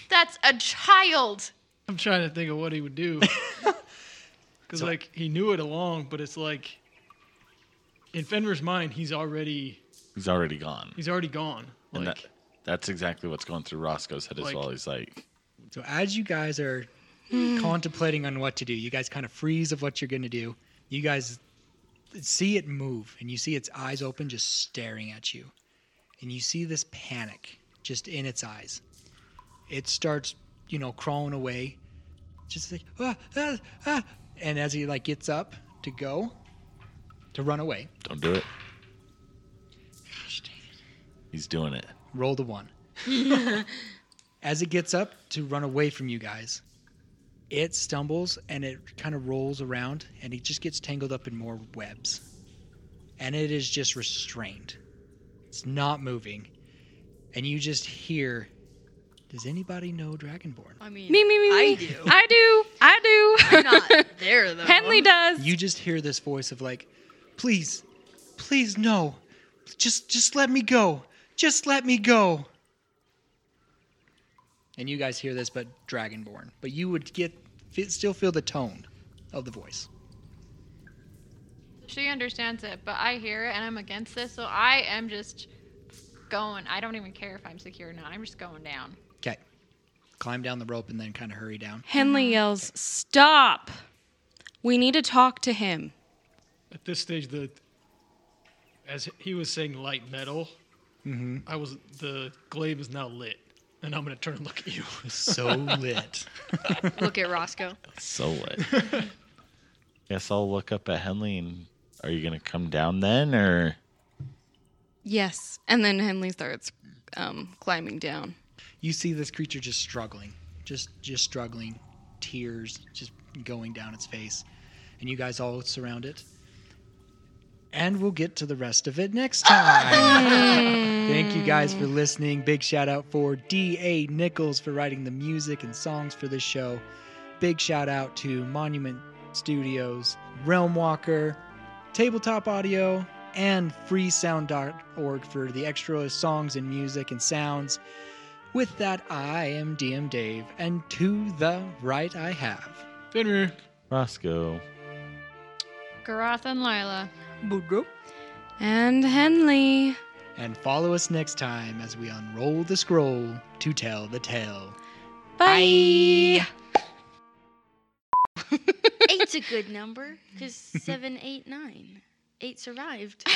S8: That's a child.
S9: I'm trying to think of what he
S3: (laughs)
S9: would do. Because, like, he knew it along, but it's like, in Fenrir's mind, he's already
S6: He's already gone.
S9: he's already gone.
S6: and
S9: Like,
S6: that, that's exactly what's going through Roscoe's head as
S9: Like-
S6: well. He's like,
S2: So as you guys are contemplating on what to do, you guys kind of freeze of what you're going to do. You guys see it move and you see its eyes open just staring at you. And you see this panic just in its eyes. It starts, you know, crawling away. Just like ah, ah, ah. and as he like gets up to go to run away,
S6: don't do it. He's doing it.
S2: roll the one. As it gets up to run away from you guys, it stumbles and it kind of rolls around and it just gets tangled up in more webs. And it is just restrained. It's not moving. And you just hear Does anybody know Dragonborn?
S7: I mean,
S5: Me, me, me, me.
S7: I do.
S5: I do. I do.
S7: I'm
S5: (laughs)
S7: not there though.
S5: Henley does.
S2: You just hear this voice of like, Please, please no. Just just let me go. Just let me go. and you guys hear this, but Dragonborn. But you would get fit, still feel the tone of the voice.
S8: She understands it, but I hear it and I'm against this. So I am just going. I don't even care if I'm secure or not. I'm just going down.
S2: Okay. climb down the rope, and then kind of hurry down.
S5: Henley yells, Stop! We need to talk to him.
S9: At this stage, the as he was saying light metal,
S3: Mm-hmm.
S9: I was the glaive is now lit, and I'm gonna turn and look
S3: (laughs)
S9: at you.
S2: So (laughs) lit.
S7: Look at Roscoe.
S6: So what? Guess I'll look up at Henley and are you gonna come down then or
S5: Yes. And then Henley starts um, climbing down.
S2: You see this creature just struggling, just just struggling, tears just going down its face, and you guys all surround it. And we'll get to the rest of it next time. Thank you guys for listening. Big shout out for D.A. Nichols for writing the music and songs for this show. Big shout out to Monument Studios, Realm Walker, Tabletop Audio, and freesound.org for the extra songs and music and sounds. With that, I am DM Dave, and to the right I have.
S9: Fenrir,
S6: Roscoe?
S8: Garoth and Lila.
S5: And Henley.
S2: And follow us next time as we unroll the scroll to tell the tale.
S5: Bye.
S7: Eight's a good number (laughs) because seven, eight, nine. Eight (laughs) survived.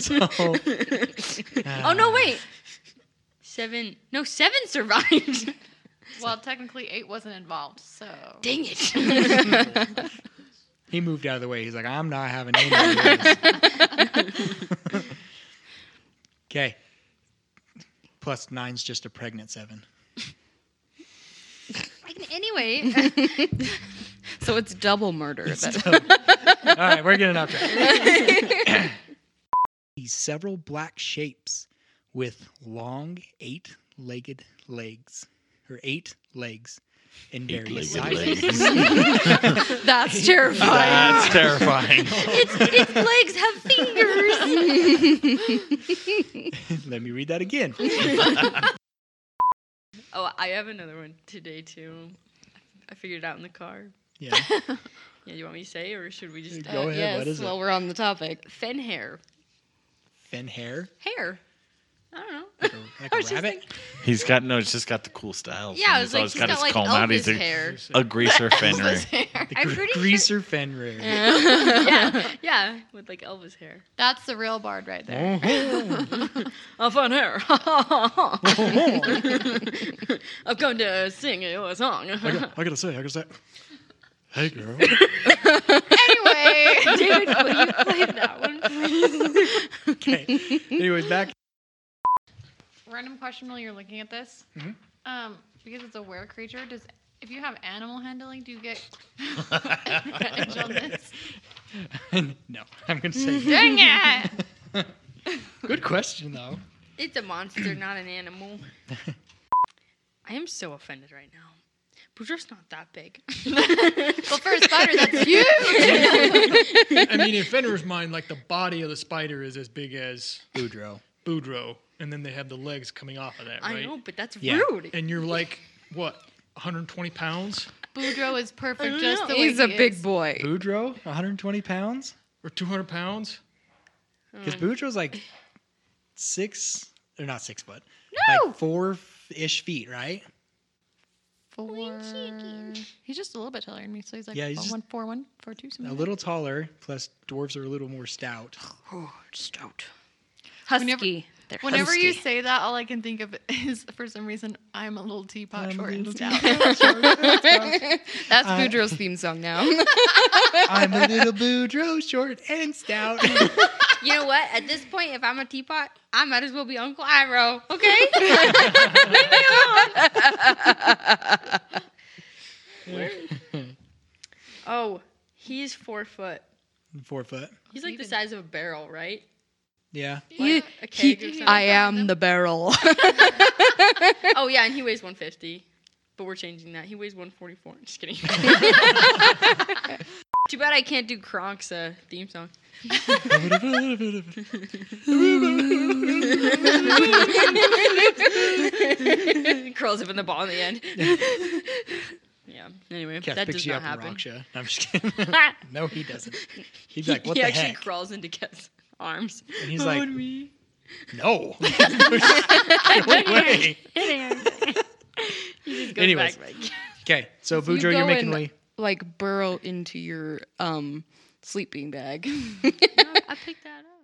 S2: So, uh,
S7: oh no, wait. Seven. No, seven survived.
S8: Well, technically, eight wasn't involved, so.
S7: Dang it. (laughs)
S2: he moved out of the way. He's like, I'm not having any of this. (laughs) okay. Plus nine's just a pregnant seven.
S7: anyway,
S5: (laughs) So it's double murder. That- (laughs)
S2: (laughs) All right, we're getting off track. (coughs) These several black shapes with long eight-legged legs, or eight legs, in various
S6: Eight-legged
S2: sizes. (laughs)
S5: That's terrifying.
S6: That's terrifying.
S7: its legs have fingers.
S2: Let me read that (laughs) again.
S7: (laughs) Oh, I have another one today too. I figured it out in the car.
S2: Yeah.
S7: Yeah, you want me to say, or should we just
S2: Go ahead. what is
S5: Well, we're on the topic.
S7: Fen hair.
S2: it? Fin hair?
S7: Hair. (laughs) I don't know.
S2: Like a, like a rabbit?
S6: He's got no, he's just got the cool style.
S7: Yeah, I
S6: He's
S7: was like,
S6: always
S7: he's got, like
S6: comb
S7: Elvis
S6: He's a,
S7: hair.
S6: a
S7: (laughs)
S6: greaser Fenrir.
S2: The
S7: I'm
S2: gre-
S7: pretty sure-
S2: greaser Fenrir.
S7: yeah, yeah, with like Elvis hair.
S8: That's the real bard right there.
S7: (laughs) I've fun hair. I've come to sing you
S8: (laughs)
S7: a song.
S3: I gotta say, I gotta say. Hey, girl.
S8: (laughs) Anyway.
S7: David, will you play that one, please?
S2: Okay. (laughs) Anyways, back. (laughs)
S8: Random question while you're looking at this.
S2: Mm-hmm.
S8: Um, because it's a were creature, does if you have animal handling, do
S2: (laughs)
S8: you get advantage on this?
S2: no, I'm going to say no.
S8: Dang it!
S2: (laughs) Good question, though.
S7: It's a monster, not an animal. (laughs) I am so offended right now. Boudreaux's not that big. (laughs)
S8: Well, for a spider, that's huge.
S9: (laughs) I mean, in Fenrir's mind, like the body of the spider is as big as
S2: Boudreaux.
S9: Boudreaux, and then they have the legs coming off of that,
S7: I
S9: right?
S7: know, but that's
S2: Yeah.
S7: rude.
S9: And you're like, what, 120 pounds
S8: Boudreaux is perfect just the way
S5: He's a
S8: he
S5: big
S8: is.
S5: boy.
S2: Boudreaux, 120 pounds?
S9: or 200 pounds?
S7: Mm.
S2: Because Boudreaux's like six, or not six foot.
S8: No!
S2: Like four ish feet, right?
S8: Four. He's just a little bit taller than me, so he's like
S2: Yeah,
S8: yeah,
S2: he's just-
S8: one, four, one, four, two, something.
S2: A
S8: like
S2: little taller, plus dwarves are a little more
S7: (laughs)
S2: stout.
S5: Stout.
S8: that.
S5: Husky.
S8: Whenever, whenever you say that, all I can think of is for some reason I'm a little teapot short and stout.
S7: (laughs)
S2: Uh,
S5: That's Boudreaux's theme song (laughs) now.
S2: I'm a little Boudreaux, short and stout. (laughs)
S7: You know what? At this point, if I'm a teapot, I might as well be Uncle Iroh, okay? oh, he's four foot.
S2: Four foot.
S7: He's like the size of a barrel, right?
S2: Yeah.
S5: You-
S7: A
S5: he-
S7: keg or something.
S5: I am the barrel. (laughs)
S7: oh yeah, and he weighs 150. But we're changing that. He weighs 144. Just (laughs) kidding. Too bad I can't do Kronk's uh, theme song. (laughs) Curls up in the ball in the end. (laughs) yeah. Anyway,
S2: Cat
S7: that
S2: picks
S7: does
S2: you
S7: not
S2: up
S7: happen.
S2: and rocks you. No, I'm just
S9: (laughs)
S2: kidding.
S7: (laughs)
S2: no, he doesn't. He's like, what
S7: he
S2: the
S7: actually
S2: heck?
S7: crawls into Ket's arms.
S2: And he's like,
S7: (laughs)
S9: No. (laughs) no way.
S7: He just goes
S9: Anyways.
S7: back like
S9: Okay,
S7: (laughs)
S9: so
S5: You
S9: Boudreaux, you're
S5: go
S9: making
S5: and,
S9: way.
S5: Like burrow into your um sleeping bag.
S8: No, I picked that up.